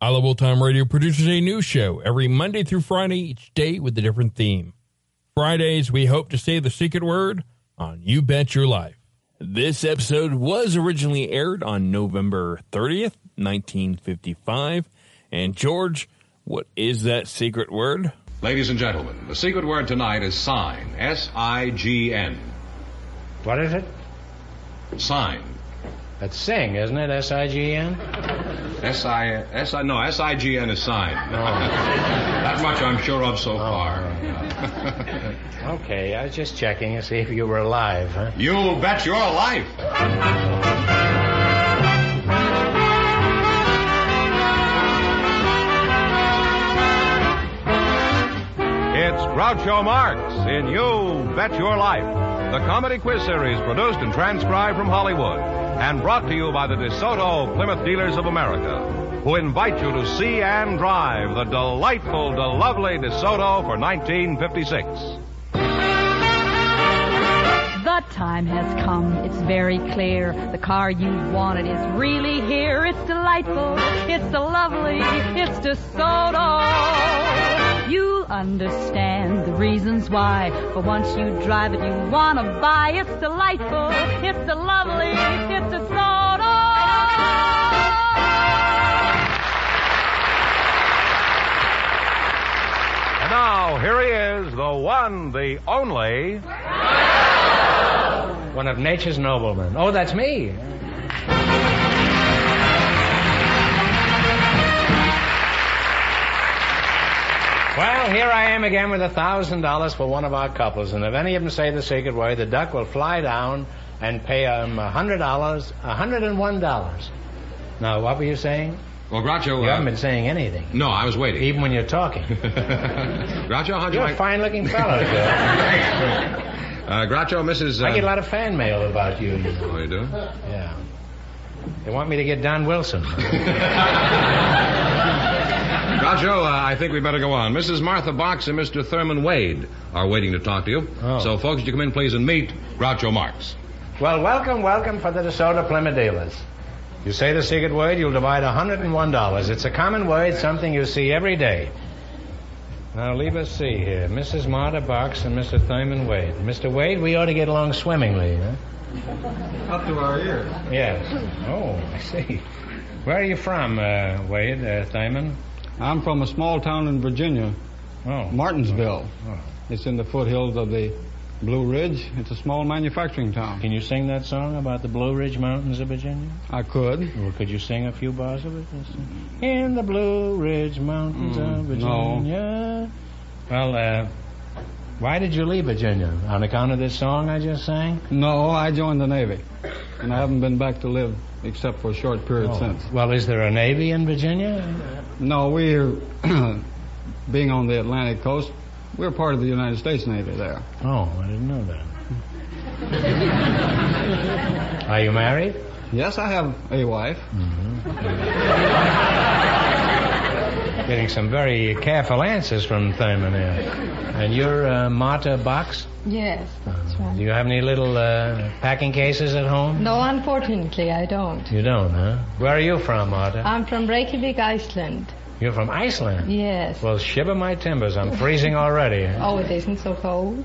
I Love Old Time Radio produces a new show every Monday through Friday, each day with a different theme. Fridays, we hope to say the secret word on You Bet Your Life. This episode was originally aired on November 30th, 1955. And, George, what is that secret word? Ladies and gentlemen, the secret word tonight is sign. S I G N. What is it? Sign. That's sing, isn't it? S I G E N? S I S I no S I G N is sign. that much I'm sure of so far. Okay, I was just checking to see if you were alive, huh? you bet your life. It's Groucho Marx in You Bet Your Life, the comedy quiz series produced and transcribed from Hollywood and brought to you by the DeSoto Plymouth Dealers of America, who invite you to see and drive the delightful, the lovely DeSoto for 1956. The time has come. It's very clear. The car you wanted is really here. It's delightful. It's the lovely. It's DeSoto. You'll understand the reasons why. For once you drive it, you want to buy. It's delightful. It's the lovely. It's DeSoto. And now, here he is, the one, the only. One of nature's noblemen. Oh, that's me. Well, here I am again with a thousand dollars for one of our couples, and if any of them say the secret word, the duck will fly down and pay them a hundred dollars, a hundred and one dollars. Now, what were you saying? Well, Groucho. You uh, haven't been saying anything, no, I was waiting. even when you're talking. Groucho, how'd you You're a like? fine-looking fellow. Joe. Uh, Groucho, Mrs. Uh, I get a lot of fan mail about you. you know. Oh, you do? Yeah. They want me to get Don Wilson. Groucho, uh, I think we better go on. Mrs. Martha Box and Mr. Thurman Wade are waiting to talk to you. Oh. So, folks, you come in, please, and meet Groucho Marx. well, welcome, welcome for the DeSoto Plymouth dealers. You say the secret word, you'll divide $101. It's a common word, something you see every day. Now, leave us see here. Mrs. Martha Box and Mr. Thurman Wade. Mr. Wade, we ought to get along swimmingly, huh? Up to our ears. Yes. Oh, I see. Where are you from, uh, Wade, uh, Thurman? I'm from a small town in Virginia, Oh. Martinsville. Oh. It's in the foothills of the Blue Ridge. It's a small manufacturing town. Can you sing that song about the Blue Ridge Mountains of Virginia? I could. Or could you sing a few bars of it? In the Blue Ridge Mountains of no. Virginia. Well, uh, why did you leave Virginia? On account of this song I just sang? No, I joined the Navy, and I haven't been back to live except for a short period since. Oh. Well, is there a Navy in Virginia? No, we're being on the Atlantic coast. We're part of the United States Navy there. Oh, I didn't know that. Are you married? Yes, I have a wife. Getting some very careful answers from Thurman here. And you're uh, Marta Box? Yes, that's Do right. you have any little uh, packing cases at home? No, unfortunately, I don't. You don't, huh? Where are you from, Marta? I'm from Reykjavik, Iceland. You're from Iceland? Yes. Well, shiver my timbers. I'm freezing already. Oh, it isn't so cold.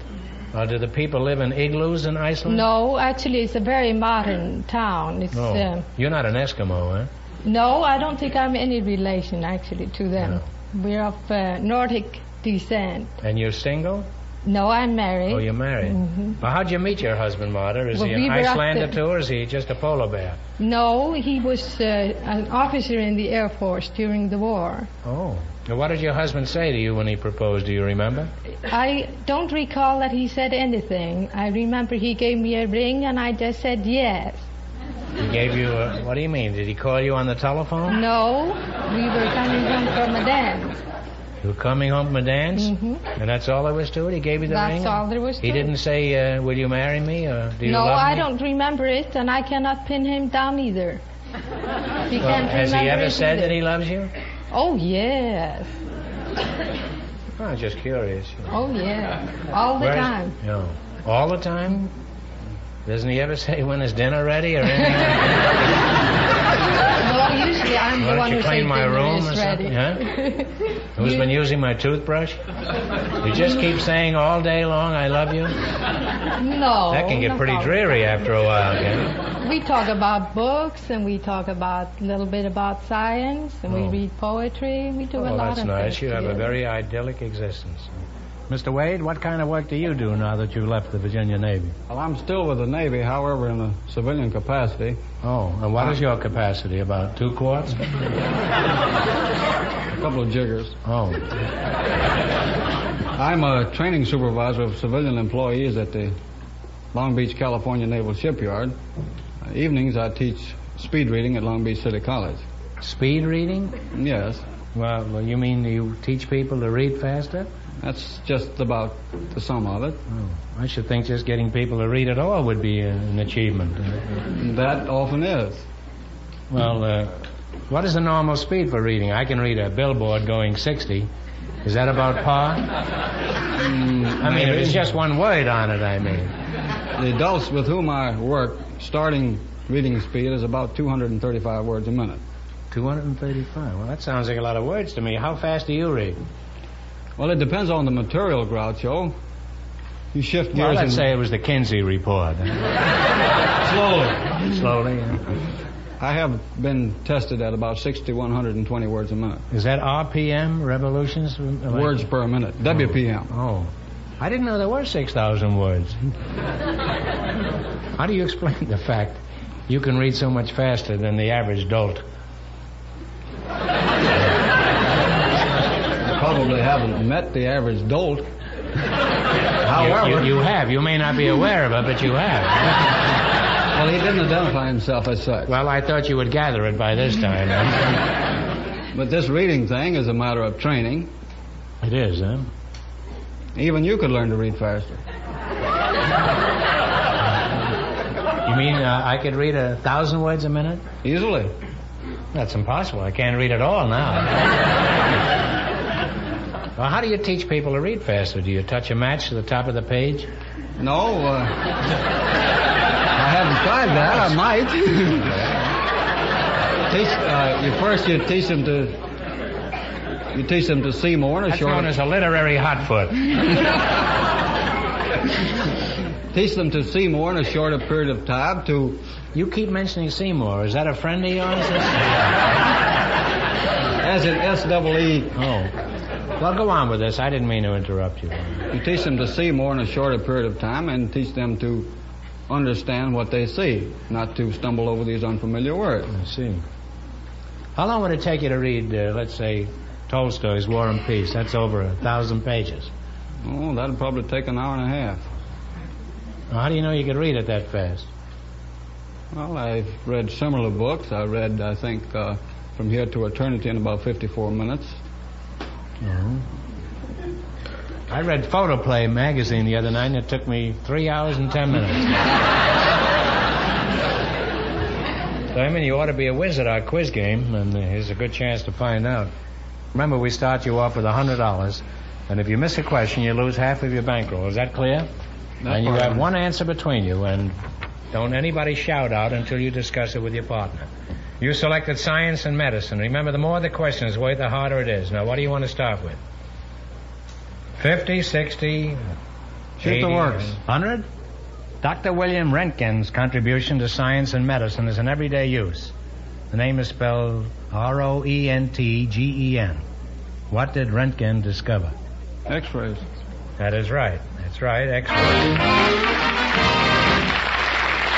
Uh, do the people live in igloos in Iceland? No, actually, it's a very modern town. It's No. uh, You're not an Eskimo, huh? no, I don't think I'm any relation actually to them. We're of uh, Nordic descent. And you're single? No, I'm married. Oh, you're married. Mhm. Well, how'd you meet your husband, Marta? Is Well, he an we were up Icelander there- too, or is he just a polar bear? No, he was uh, an officer in the Air Force during the war. Oh. Now, what did your husband say to you when he proposed? Do you remember? I don't recall that he said anything. I remember he gave me a ring and I just said yes. He gave you a. What do you mean? Did he call you on the telephone? No, we were coming home from a dance. You were coming home from a dance? Mhm. And that's all there was to it? He gave you the That's ring? all there was He to it. didn't say, uh, will you marry me, or do you no, love I me? don't remember it, and I cannot pin him down either. He Well, can't has he remember ever it said either. that he loves you? Oh yes, Oh, I'm just curious. you know. oh yes, all the Where is- time. No. All the time? Doesn't he ever say when is dinner ready or anything? Well, usually I'm the Why don't one you who clean says my dinner room is or ready. something? Huh? Who's been using my toothbrush? You just keep saying all day long, I love you? No, That can get Oh, no pretty problem. dreary after a while, can it? We talk about books, and we talk about a little bit about science, and Oh. we read poetry. We do a Well, lot that's of nice. things You have a together. very idyllic existence. Mr. Wade, what kind of work do you do now that you've left the Virginia Navy? Well, I'm still with the Navy, however, in a civilian capacity. Oh, and what is your capacity? About two quarts? A couple of jiggers. Oh. I'm a training supervisor of civilian employees at the Long Beach, California Naval Shipyard. Uh, evenings, I teach speed reading at Long Beach City College. Speed reading? Yes, Well, well, you mean you teach people to read faster? that's just about the sum of it. Oh, I should think just getting people to read at all would be uh, an achievement. That often is. Well, uh, what is the normal speed for reading? I can read a billboard going 60. Is that about par? Mm, I mean, if it's just one word on it, I mean. The adults with whom I work, starting reading speed is about 235 words a minute. 235. Well, that sounds like a lot of words to me. How fast do you read? Well, it depends on the material, Groucho. You shift gears Well, and let's say it was the Kinsey report. Slowly. Slowly, yeah. I have been tested at about 6,120 words a minute. Is that RPM, revolutions? Words per minute. WPM. Oh. I didn't know there were 6,000 words. How do you explain the fact you can read so much faster than the average dolt? Probably haven't met the average dolt. You, However, you, you have. You may not be aware of it, but you have. well, he didn't identify himself as such. Well, I thought you would gather it by this time. But this reading thing is a matter of training. it is, huh? Even you could learn to read faster. You mean uh, I could read a thousand words a minute? Easily. That's impossible. I can't read at all now. well, how do you teach people to read faster? Do you touch a match to the top of the page? No, uh, I haven't tried that. I might. teach, uh, you first you teach them to you teach them to see more in a That's known short as a literary hot foot. teach them to see more in a shorter period of time to You keep mentioning Seymour. Is that a friend of yours? as in S double E oh. Well, go on with this. I didn't mean to interrupt you. you teach them to see more in a shorter period of time and teach them to understand what they see, not to stumble over these unfamiliar words. I see. How long would it take you to read, uh, let's say, Tolstoy's War and Peace? That's over a thousand pages. Oh, that'll probably take an hour and a half. Now, how do you know you could read it that fast? Well, I've read similar books. I read, I think, uh, From Here to Eternity in about 54 minutes. I read Photoplay magazine the other night, and it took me three hours and ten minutes. Diamond, you ought to be a wizard at our quiz game, and uh, here's a good chance to find out. Remember, we start you off with a hundred dollars, and if you miss a question, you lose half of your bankroll. Is that clear? That and you part have of it. one answer between you, and don't anybody shout out until you discuss it with your partner. You selected science and medicine. Remember, the more the question is weighed, the harder it is. Now, what do you want to start with? 50, 60, Shoot the works. 100? Dr. William Rentgen's contribution to science and medicine is in everyday use. The name is spelled R O E N T G E N. What did Rentgen discover? X-rays. That is right. That's right. Excellent.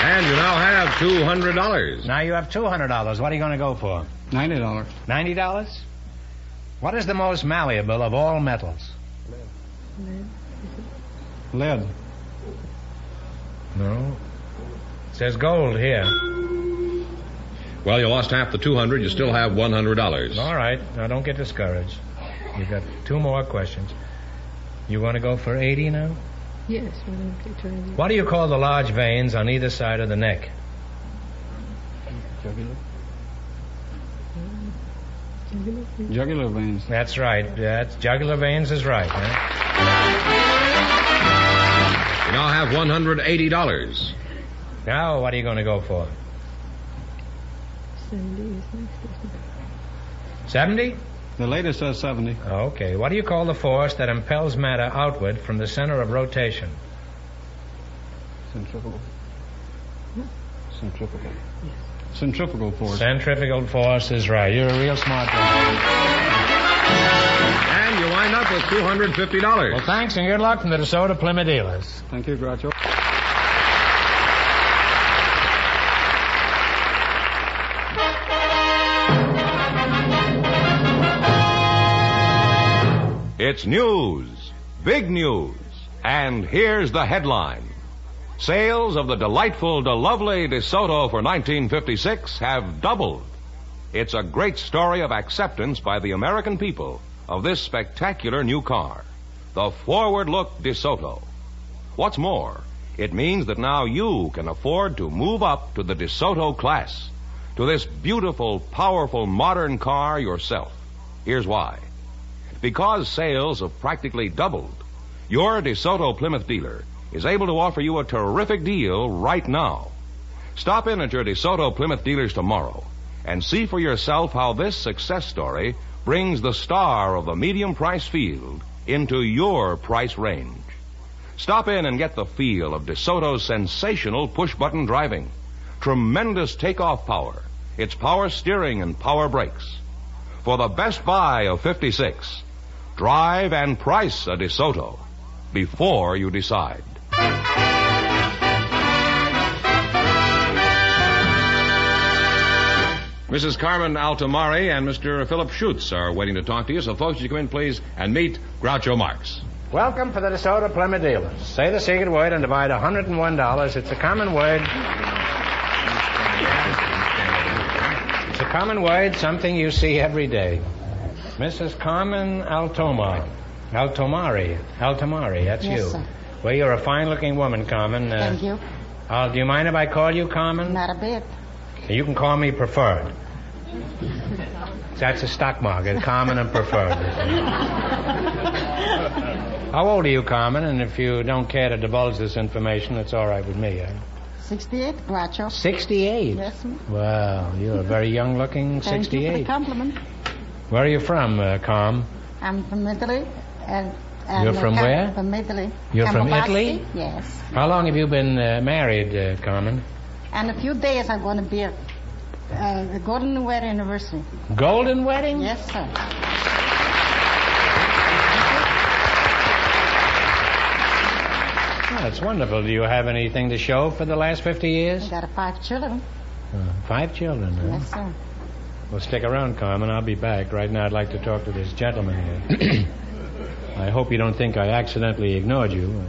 And you now have $200. Now you have $200. What are you going to go for? Ninety dollars. $90? What is the most malleable of all metals? Lead. No. It says gold here. Well, you lost half the 200. You still have $100. All right. Now don't get discouraged. You've got two more questions. You want to go for 80 now? Yes, we don't get to any- What do you call the large veins on either side of the neck? Jugular. Jugular veins. That's right. That's jugular veins is right. Huh? You now have $180. Now what are you going to go for? Cindy is next, isn't 70? The latest says seventy. Okay. What do you call the force that impels matter outward from the center of rotation? Centrifugal. Centrifugal. Centrifugal force. Centrifugal force is right. You're a real smart guy. And you wind up with $250. Well, thanks and good luck from the DeSoto Plymouth dealers. Thank you, Groucho. It's news, big news, and here's the headline. Sales of the delightful, de lovely DeSoto for 1956 have doubled. It's a great story of acceptance by the American people of this spectacular new car, the Forward Look DeSoto. What's more, it means that now you can afford to move up to the DeSoto class, to this beautiful, powerful, modern car yourself. Here's why. Because sales have practically doubled, your DeSoto Plymouth dealer is able to offer you a terrific deal right now. Stop in at your DeSoto Plymouth dealers tomorrow and see for yourself how this success story brings the star of the medium price field into your price range. Stop in and get the feel of DeSoto's sensational push button driving, tremendous takeoff power, its power steering and power brakes. For the best buy of 56, drive and price a DeSoto before you decide. Mrs. Carmen Altamari and Mr. Philip Schutz are waiting to talk to you. So, folks, you come in, please, and meet Groucho Marx. Welcome for the DeSoto Plymouth dealers. Say the secret word and divide $101. It's a common word. It's a common word, something you see every day. Mrs. Carmen Altomar. Altomari. Altomari, that's Yes, you. sir. Well, you're a fine looking woman, Carmen. Uh, Thank you. Uh, do you mind if I call you Carmen? Not a bit. You can call me preferred. That's a stock market, common and preferred. How old are you, Carmen? And if you don't care to divulge this information, it's all right with me. eh? Huh? 68, Groucho. 68. Yes, ma'am. Wow, you're a very young looking Thank you for the 68. compliment. Where are you from, uh, Carm? I'm from Italy. And, and You're from I'm where? From Italy. You're from Campobasso? Italy? Yes. How long have you been uh, married, uh, Carmen? And a few days I'm going to be at uh, the Golden Wear anniversary. Golden wedding? Yes, sir. Oh, that's wonderful. Do you have anything to show for the last 50 I years? got five children. Uh, five children. Huh? Yes, sir. Well, stick around, Carmen. I'll be back. Right now, I'd like to talk to this gentleman here. I hope you don't think I accidentally ignored you.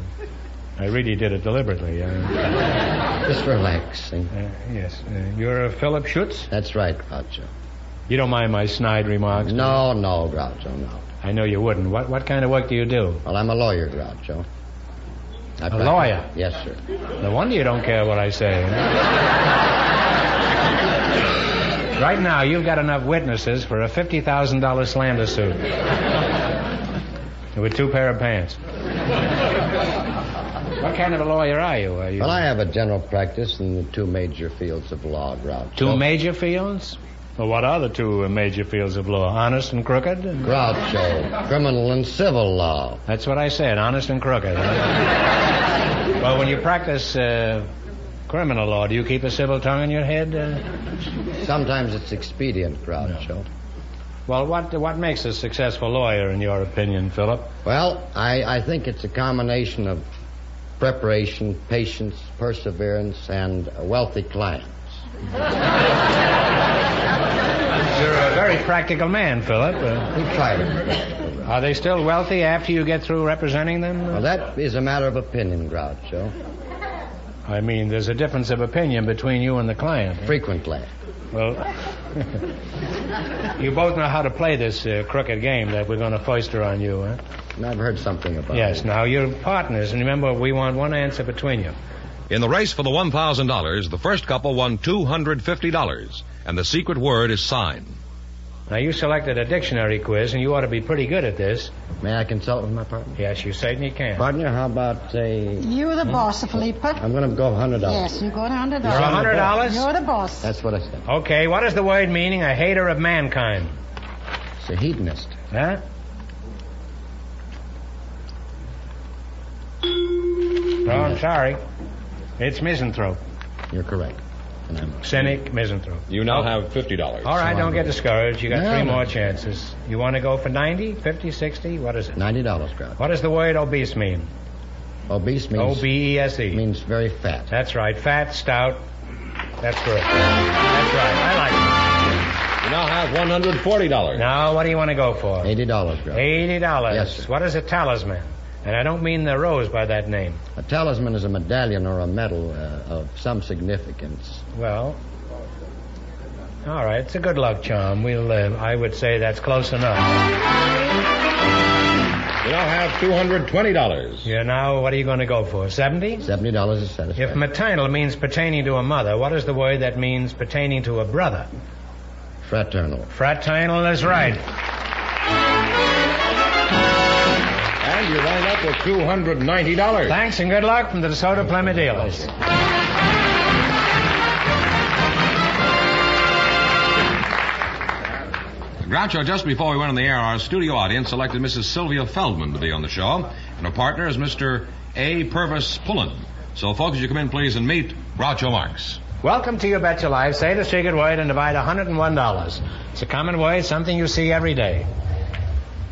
I really did it deliberately. Uh, Just relaxing. uh, yes. Uh, you're uh, Philip Schutz? That's right, Groucho. You don't mind my snide remarks? No, no, Groucho, no. I know you wouldn't. What, what kind of work do you do? Well, I'm a lawyer, Groucho. I A lawyer? Yes, sir. No wonder you don't care what I say. right now, you've got enough witnesses for a $50,000 slander suit. With two pair of pants. What kind of a lawyer are you? Are you Well, I have a general practice in the two major fields of law, Groucho. two major fields? Well, what are the two uh, major fields of law? Honest and crooked? Groucho, criminal and civil law. That's what I said, honest and crooked. well, when you practice uh, criminal law, do you keep a civil tongue in your head? Uh, Sometimes it's expedient, Groucho. Well, what, what makes a successful lawyer, in your opinion, Philip? Well, I, I think it's a combination of preparation, patience, perseverance, and a wealthy client. You're a very practical man, Philip. Uh, Are they still wealthy after you get through representing them? Well, that is a matter of opinion, Groucho. I mean, there's a difference of opinion between you and the client. Frequently. Well, you both know how to play this uh, crooked game that we're going to foister on you, huh? I've heard something about Yes, it. now you're partners, and remember, we want one answer between you. In the race for the $1,000, the first couple won $250, and the secret word is sign. Now, you selected a dictionary quiz, and you ought to be pretty good at this. May I consult with my partner? Yes, you certainly can. Partner, how about a. You're the boss, Philippa. I'm going to go $100. Yes, you go to hundred You're dollars. $100? You're the boss. That's what I said. Okay, what is the word meaning a hater of mankind? It's a hedonist. Huh? No, Oh, I'm sorry. It's misanthrope. You're correct. And I'm Cynic, misanthrope. You now have $50. All right, don't get discouraged. You got No, three no. more chances. You want to go for 90, 50, 60? What is it? $90, Groucho. What does the word obese mean? Obese O means, B E S E. means very fat. That's right. Fat, stout. That's correct. That's right. I like You now have $140. it. Now, what do you want to go for? $80, Groucho. Eighty dollars. Yes, sir. What is a talisman? And I don't mean the rose by that name. A talisman is a medallion or a medal uh, of some significance. Well, all right. It's a good luck charm. We'll. Uh, I would say that's close enough. You now have $220. You now, what are you going to go for? Seventy. $70 is satisfactory. If maternal means pertaining to a mother, what is the word that means pertaining to a brother? Fraternal. Fraternal is right. And you wind up with $290. Thanks and good luck from the DeSoto Plymouth dealers. Groucho, just before we went on the air, our studio audience selected Mrs. Sylvia Feldman to be on the show, and her partner is Mr. A. Purvis Pullen. So, folks, you come in, please, and meet Groucho Marx. Welcome to You Bet Your Life. Say the secret word and divide $101. It's a common word, something you see every day.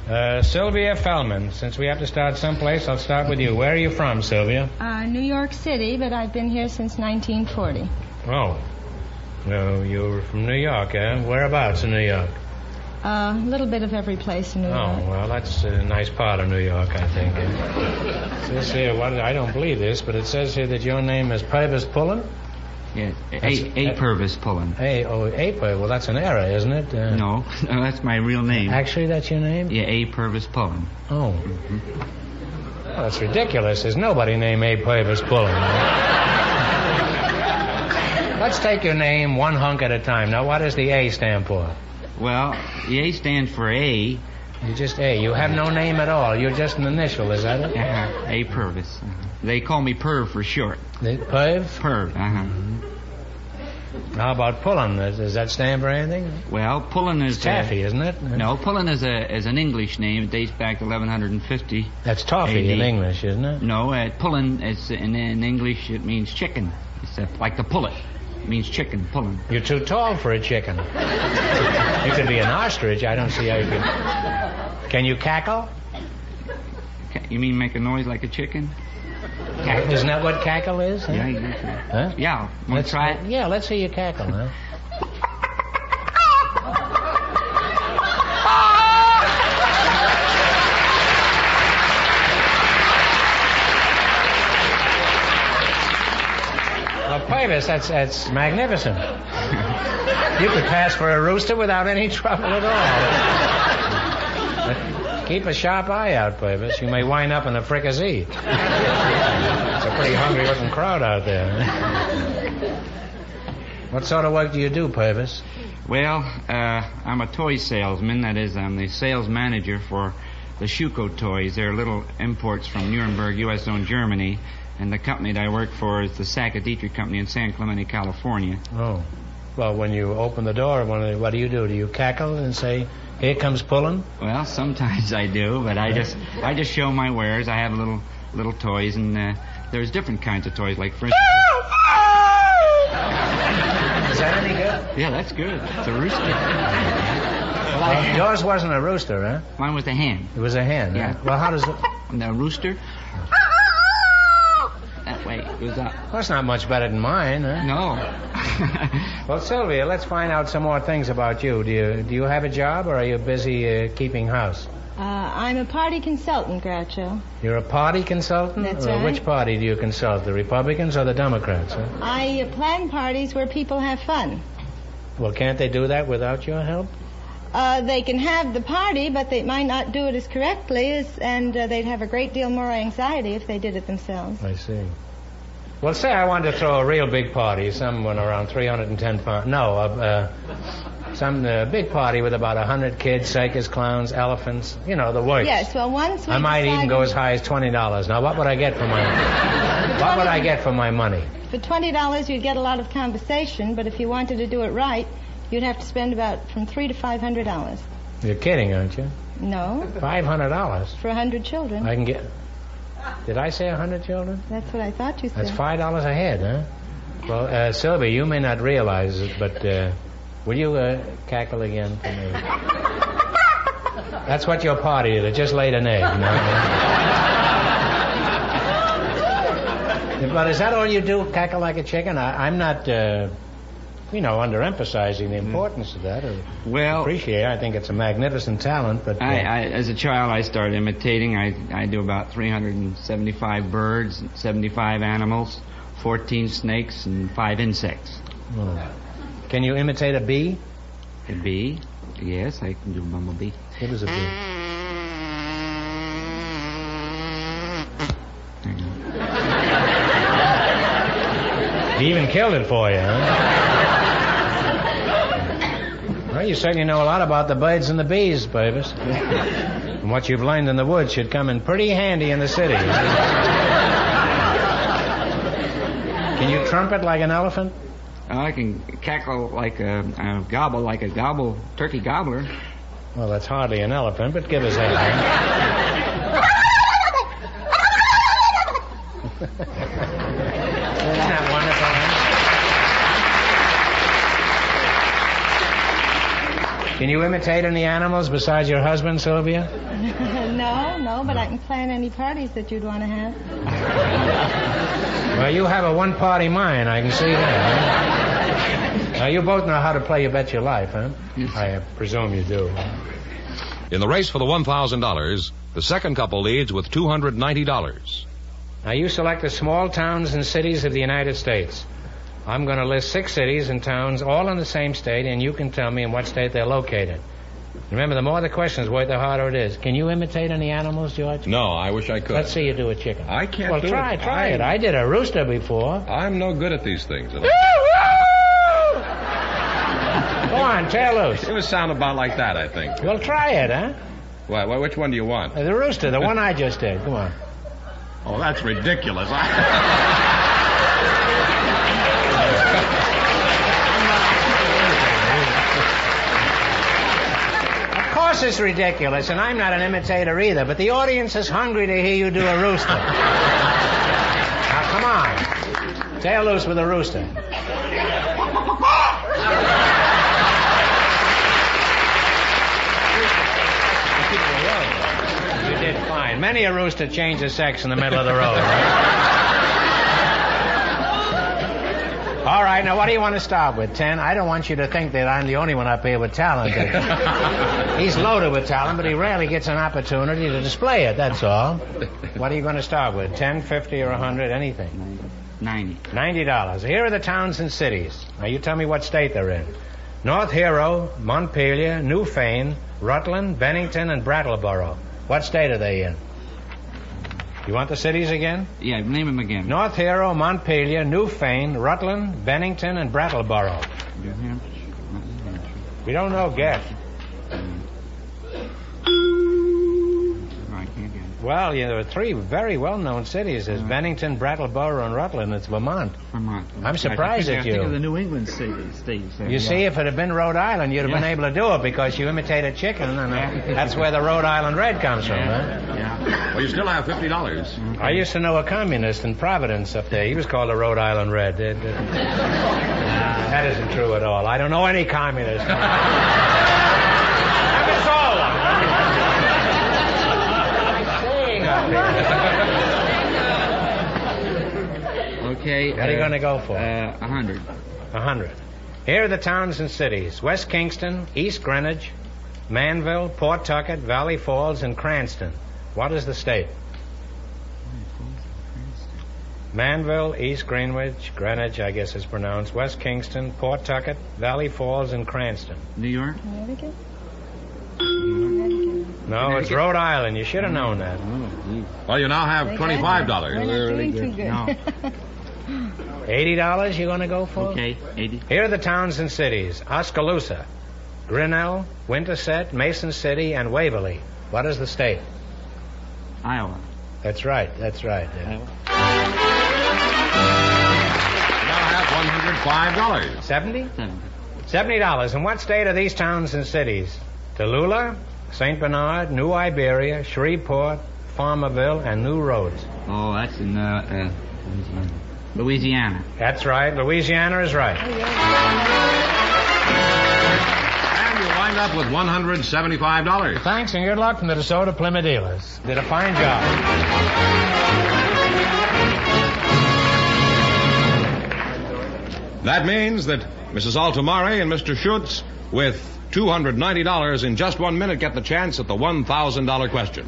Uh, Sylvia Fellman, since we have to start someplace, I'll start with you. Where are you from, Sylvia? Uh, New York City, but I've been here since 1940. Oh. No, you're from New York, eh? Whereabouts in New York? A little bit of every place in New Oh, York. well, that's a nice part of New York, I think. eh? Says here, what, I don't believe this, but it says here that your name is Purvis Pullen? Yeah, That's- a, a Purvis Pullen. Hey, oh, Aper. Well, that's an error, isn't it? Uh, No, no, that's my real name. Actually, that's your name? Yeah, A Purvis Pullen. Oh. Well, that's ridiculous. There's nobody named Abe Purvis Bullen. Let's take your name one hunk at a time. Now, what does the A stand for? Well, the A stands for A. You just A. You have no name at all. You're just an initial, is that it? Uh-huh, a Purvis. Uh-huh. They call me Perv for short. The Purv? Perv. Uh-huh. Mm-hmm. How about Pullen? Does does that stand for anything? Well, Pullen is Taffy, isn't it? A, no, Pullen is a is an English name. It dates back to 1150. That's toffee AD. in English, isn't it? No, uh, Pullen is in, in English it means chicken. It's uh, like the pullet. It means chicken. Pullen. You're too tall for a chicken. you could be an ostrich. I don't see how you could. Can you cackle? Ca- You mean make a noise like a chicken? Cackle. Isn't that what cackle is? huh? Yeah, exactly. Huh? Yeah. Want to try it? Yeah, let's see you cackle, huh? Now, Purvis, that's, that's magnificent. You could pass for a rooster without any trouble at all. Keep a sharp eye out, Purvis. You may wind up in a fricassee. It's a pretty hungry looking crowd out there. What sort of work do you do, Purvis? Well, uh, I'm a toy salesman. That is, I'm the sales manager for the Schuko toys. They're little imports from Nuremberg, U.S. zone, Germany. And the company that I work for is the Sack Dietrich Company in San Clemente, California. Oh. Well, when you open the door, one of the- what do you do? Do you cackle and say, here comes Pullen? Well, sometimes I do, but I just I just show my wares. I have little little toys, and uh, there's different kinds of toys. Like for instance, Is that any good? Yeah, that's good. It's a rooster. Well, Well, yours wasn't a rooster, huh? Mine was a hen. It was a hen. huh? Yeah. Well, how does it? The rooster. That way it goes up. That's not much better than mine, huh? No. well, Sylvia, let's find out some more things about you. Do you do you have a job, or are you busy uh, keeping house? Uh, I'm a party consultant, Groucho. You're a party consultant. That's or right. Which party do you consult? The Republicans or the Democrats? Huh? I uh, plan parties where people have fun. Well, can't they do that without your help? Uh, they can have the party, but they might not do it as correctly, as, and uh, they'd have a great deal more anxiety if they did it themselves. I see. Well, say I wanted to throw a real big party, someone around 310 pounds. No, uh, uh, some uh, big party with about 100 kids, circus clowns, elephants, you know, the works. Yes, well, once we I might even decided- go as high as $20. Now, what would I get for my What would I get for my money? For twenty dollars, you'd get a lot of conversation, but if you wanted to do it right, you'd have to spend about from three to five hundred dollars. You're kidding, aren't you? No, $500. for a hundred children. I can get. Did I say 100 children? That's what I thought you said. That's five dollars a head, huh? Well, uh, Sylvia, you may not realize it, but uh, will you uh, cackle again for me? That's what your party is. It just laid an egg. You know? but is that all you do? Cackle like a chicken? I, I'm not, uh, you know, underemphasizing Mm. the importance of that. Or Well, appreciate. it. I think it's a magnificent talent, but uh, Oh. I, I, as a child, I started imitating. I, I do about 375 birds, 75 animals, 14 snakes, and five insects. well, hmm. can you imitate a bee? A bee? Yes, I can do a bumblebee. What is a Uh, bee? He even killed it for you, huh? well, you certainly know a lot about the birds and the bees, Beavis. and what you've learned in the woods should come in pretty handy in the city. Can you trumpet like an elephant? Oh, I can cackle like a, uh gobble like a gobble turkey gobbler. Well, that's hardly an elephant, but give us that. Isn't that wonderful? huh? Can you imitate any animals besides your husband, Sylvia? no, no, but I can plan any parties that you'd want to have. Well, you have a one party mind, I can see that. Now, you both know how to play You Bet Your Life, huh? I uh, presume you do. In the race for the $1,000, the second couple leads with $290. Now, you select the small towns and cities of the United States. I'm going to list six cities and towns all in the same state, and you can tell me in what state they're located. Remember, the more the question's worth, the harder it is. Can you imitate any animals, George? No, I wish I could. Let's see you do a chicken. I can't well, do try, it. try it. I did a rooster before. I'm no good at these things. Go on, tear loose. It would sound about like that, I think. Well, try it, huh? Why, why, which one do you want? Uh, The rooster, the one I just did. Come on. Oh, that's ridiculous. Of course it's ridiculous, and I'm not an imitator either, but the audience is hungry to hear you do a rooster. now, come on. Tear loose with a rooster. You did fine. Many a rooster changes sex in the middle of the road. right? All right, now what do you want to start with, Ten? I don't want you to think that I'm the only one up here with talent. He's loaded with talent, but he rarely gets an opportunity to display it, that's all. What are you going to start with? Ten, fifty, or a 100, anything? 90. $90. Here are the towns and cities. Now you tell me what state they're in. North Hero, Montpelier, Newfane, Rutland, Bennington, and Brattleboro. What state are they in? You want the cities again? Yeah, name him again. North Hero, Montpelier, Newfane, Rutland, Bennington, and New Brattleboro. Hampshire, not New Hampshire. We don't know, guess. No, I can't get it. Well, you know, three very well-known cities. Hmm. There's Bennington, Brattleboro, and Rutland. It's Vermont. Vermont. I'm surprised I think, I at think of the you. New England cities. states there, You yeah. see, if it had been Rhode Island, you'd have been Yeah. able to do it because you imitate a chicken, and uh, that's where the Rhode Island red comes from, huh? Well, you still have fifty dollars. I used to know a communist in Providence up there. He was called a Rhode Island Red. That- that- that isn't true at all. I don't know any communist. Okay. What are you uh, going to go for? Uh, a hundred. A hundred. Here are the towns and cities: West Kingston, East Greenwich, Manville, Pawtucket, Valley Falls, and Cranston. What is the state? Manville, East Greenwich, Greenwich, I guess it's pronounced, West Kingston, Pawtucket, Valley Falls, and Cranston. New York? Connecticut? No, it's Rhode Island. You should have known that. Well, you now have twenty-five dollars. Eighty dollars you're gonna go for? Okay, eighty. Here are the towns and cities. Oskaloosa, Grinnell, Winterset, Mason City, and Waverly. What is the state? Iowa. That's right, that's right. yeah. One hundred five dollars. Seventy? Seventy dollars. And what state are these towns and cities? Tallulah, St. Bernard, New Iberia, Shreveport, Farmerville, and New Roads. Oh, that's in uh, uh, Louisiana. That's right. Louisiana is right. And you wind up with one hundred seventy-five dollars. Thanks and good luck from the DeSoto Plymouth dealers. Did a fine job. That means that Mrs. Altamare and Mr. Schutz, with two hundred ninety dollars in just one minute, get the chance at the one thousand dollar question.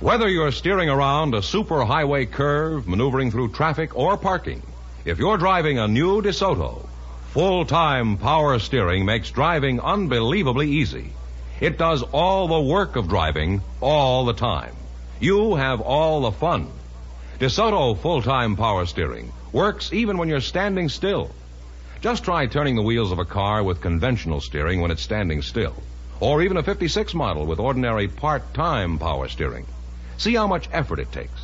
Whether you're steering around a superhighway curve, maneuvering through traffic, or parking, if you're driving a new DeSoto, full time power steering makes driving unbelievably easy. It does all the work of driving all the time. You have all the fun. DeSoto full time power steering works even when you're standing still. Just try turning the wheels of a car with conventional steering when it's standing still, or even a 56 model with ordinary part time power steering. See how much effort it takes.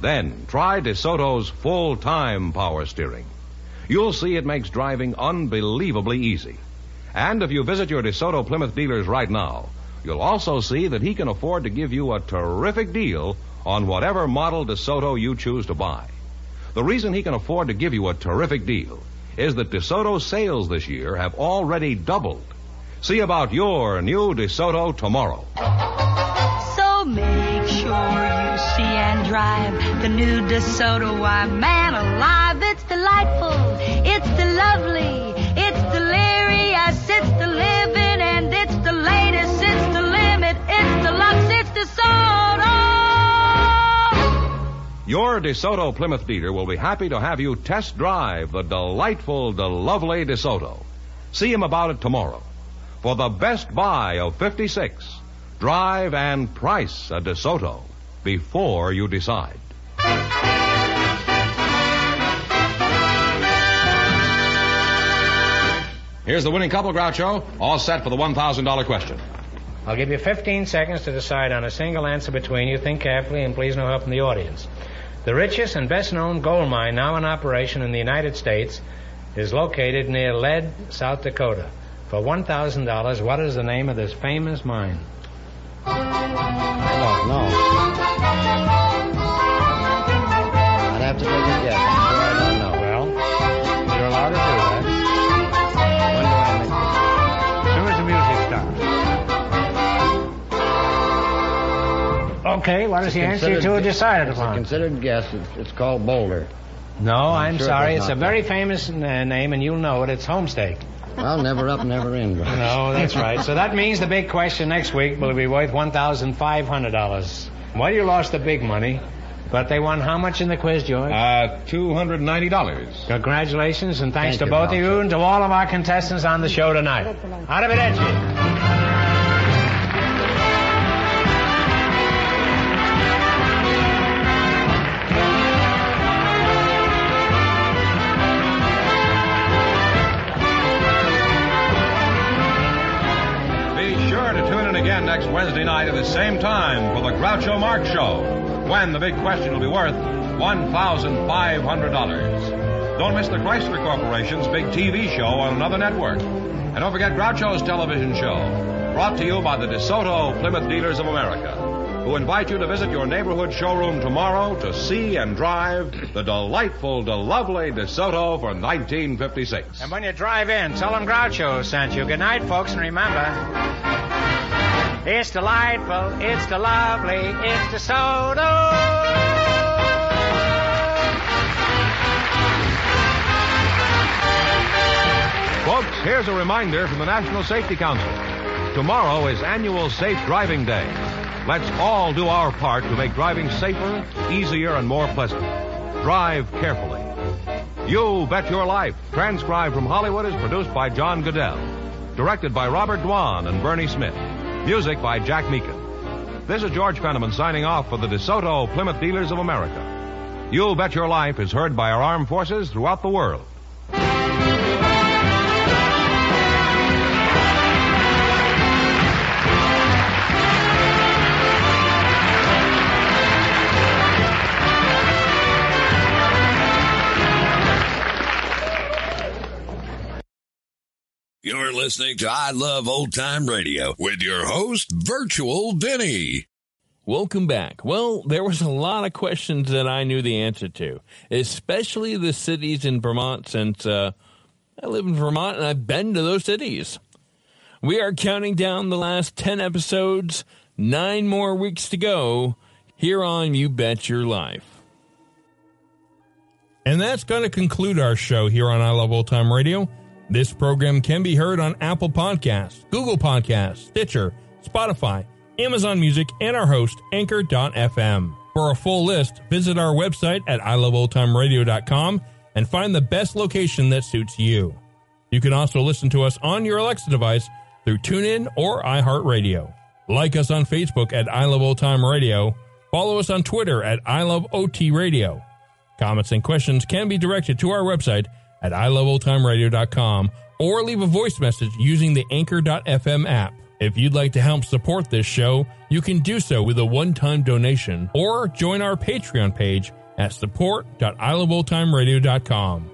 Then try DeSoto's full time power steering. You'll see it makes driving unbelievably easy. And if you visit your DeSoto Plymouth dealers right now, you'll also see that he can afford to give you a terrific deal on whatever model DeSoto you choose to buy. The reason he can afford to give you a terrific deal is that DeSoto sales this year have already doubled. See about your new DeSoto tomorrow. So make sure you see and drive the new DeSoto. Why, man alive, it's delightful, it's the lovely, it's delirious, it's the living, and it's the latest, it's the limit, it's the lux, it's DeSoto. Your DeSoto Plymouth dealer will be happy to have you test drive the delightful, the lovely DeSoto. See him about it tomorrow. For the best buy of 56, drive and price a DeSoto before you decide. Here's the winning couple, Groucho, all set for the $1,000 question. I'll give you 15 seconds to decide on a single answer between you. Think carefully and please no help from the audience. The richest and best known gold mine now in operation in the United States is located near Lead, South Dakota. For $1,000, what is the name of this famous mine? I don't know. I'd have to take a guess. I don't know. Well, you're allowed to do that. When do I make As soon as the music stops. Okay, what is the answer you two have decided It's a upon? considered guess. It's, it's called Boulder. No, I'm, sure it sorry. was It's a not very famous uh, name, and you'll know it. It's Homestake. Well, never up, never in. Bryce. No, that's right. So that means the big question next week will be worth $1,500. Well, you lost the big money, but they won how much in the quiz, George? Uh, $290. Congratulations, and thanks Thank you, to both of Doctor. you and to all of our contestants on the show tonight. Out of it, next Wednesday night at the same time for the Groucho Marx Show, when the big question will be worth $1,500. Don't miss the Chrysler Corporation's big TV show on another network. And don't forget Groucho's television show, brought to you by the DeSoto Plymouth Dealers of America, who invite you to visit your neighborhood showroom tomorrow to see and drive the delightful, the lovely DeSoto for 1956. And when you drive in, tell them Groucho sent you. Good night, folks, and remember. It's delightful, it's the lovely, it's the soda. Folks, here's a reminder from the National Safety Council. Tomorrow is annual Safe Driving Day. Let's all do our part to make driving safer, easier, and more pleasant. Drive carefully. You Bet Your Life, transcribed from Hollywood, is produced by John Goodell. Directed by Robert Dwan and Bernie Smith. Music by Jack Meekin. This is George Fenneman signing off for the DeSoto Plymouth Dealers of America. You Bet Your Life is heard by our armed forces throughout the world. You're listening to I Love Old Time Radio with your host, Virtual Vinny. Welcome back. Well, there was a lot of questions that I knew the answer to, especially the cities in Vermont since uh, I live in Vermont and I've been to those cities. We are counting down the last 10 episodes, nine more weeks to go here on You Bet Your Life. And that's going to conclude our show here on I Love Old Time Radio. This program can be heard on Apple Podcasts, Google Podcasts, Stitcher, Spotify, Amazon Music, and our host, Anchor.fm. For a full list, visit our website at iloveoldtimeradio.com and find the best location that suits you. You can also listen to us on your Alexa device through TuneIn or iHeartRadio. Like us on Facebook at I Love Old Time Radio. Follow us on Twitter at I Love OT Radio. Comments and questions can be directed to our website at iloveoldtimeradio.com or leave a voice message using the Anchor.fm app. If you'd like to help support this show, you can do so with a one-time donation or join our Patreon page at support.iloveoldtimeradio.com.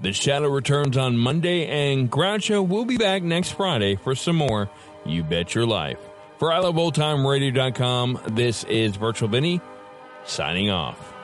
The Shadow returns on Monday, and Groucho will be back next Friday for some more You Bet Your Life. For iloveoldtimeradio.com, this is Virtual Vinny signing off.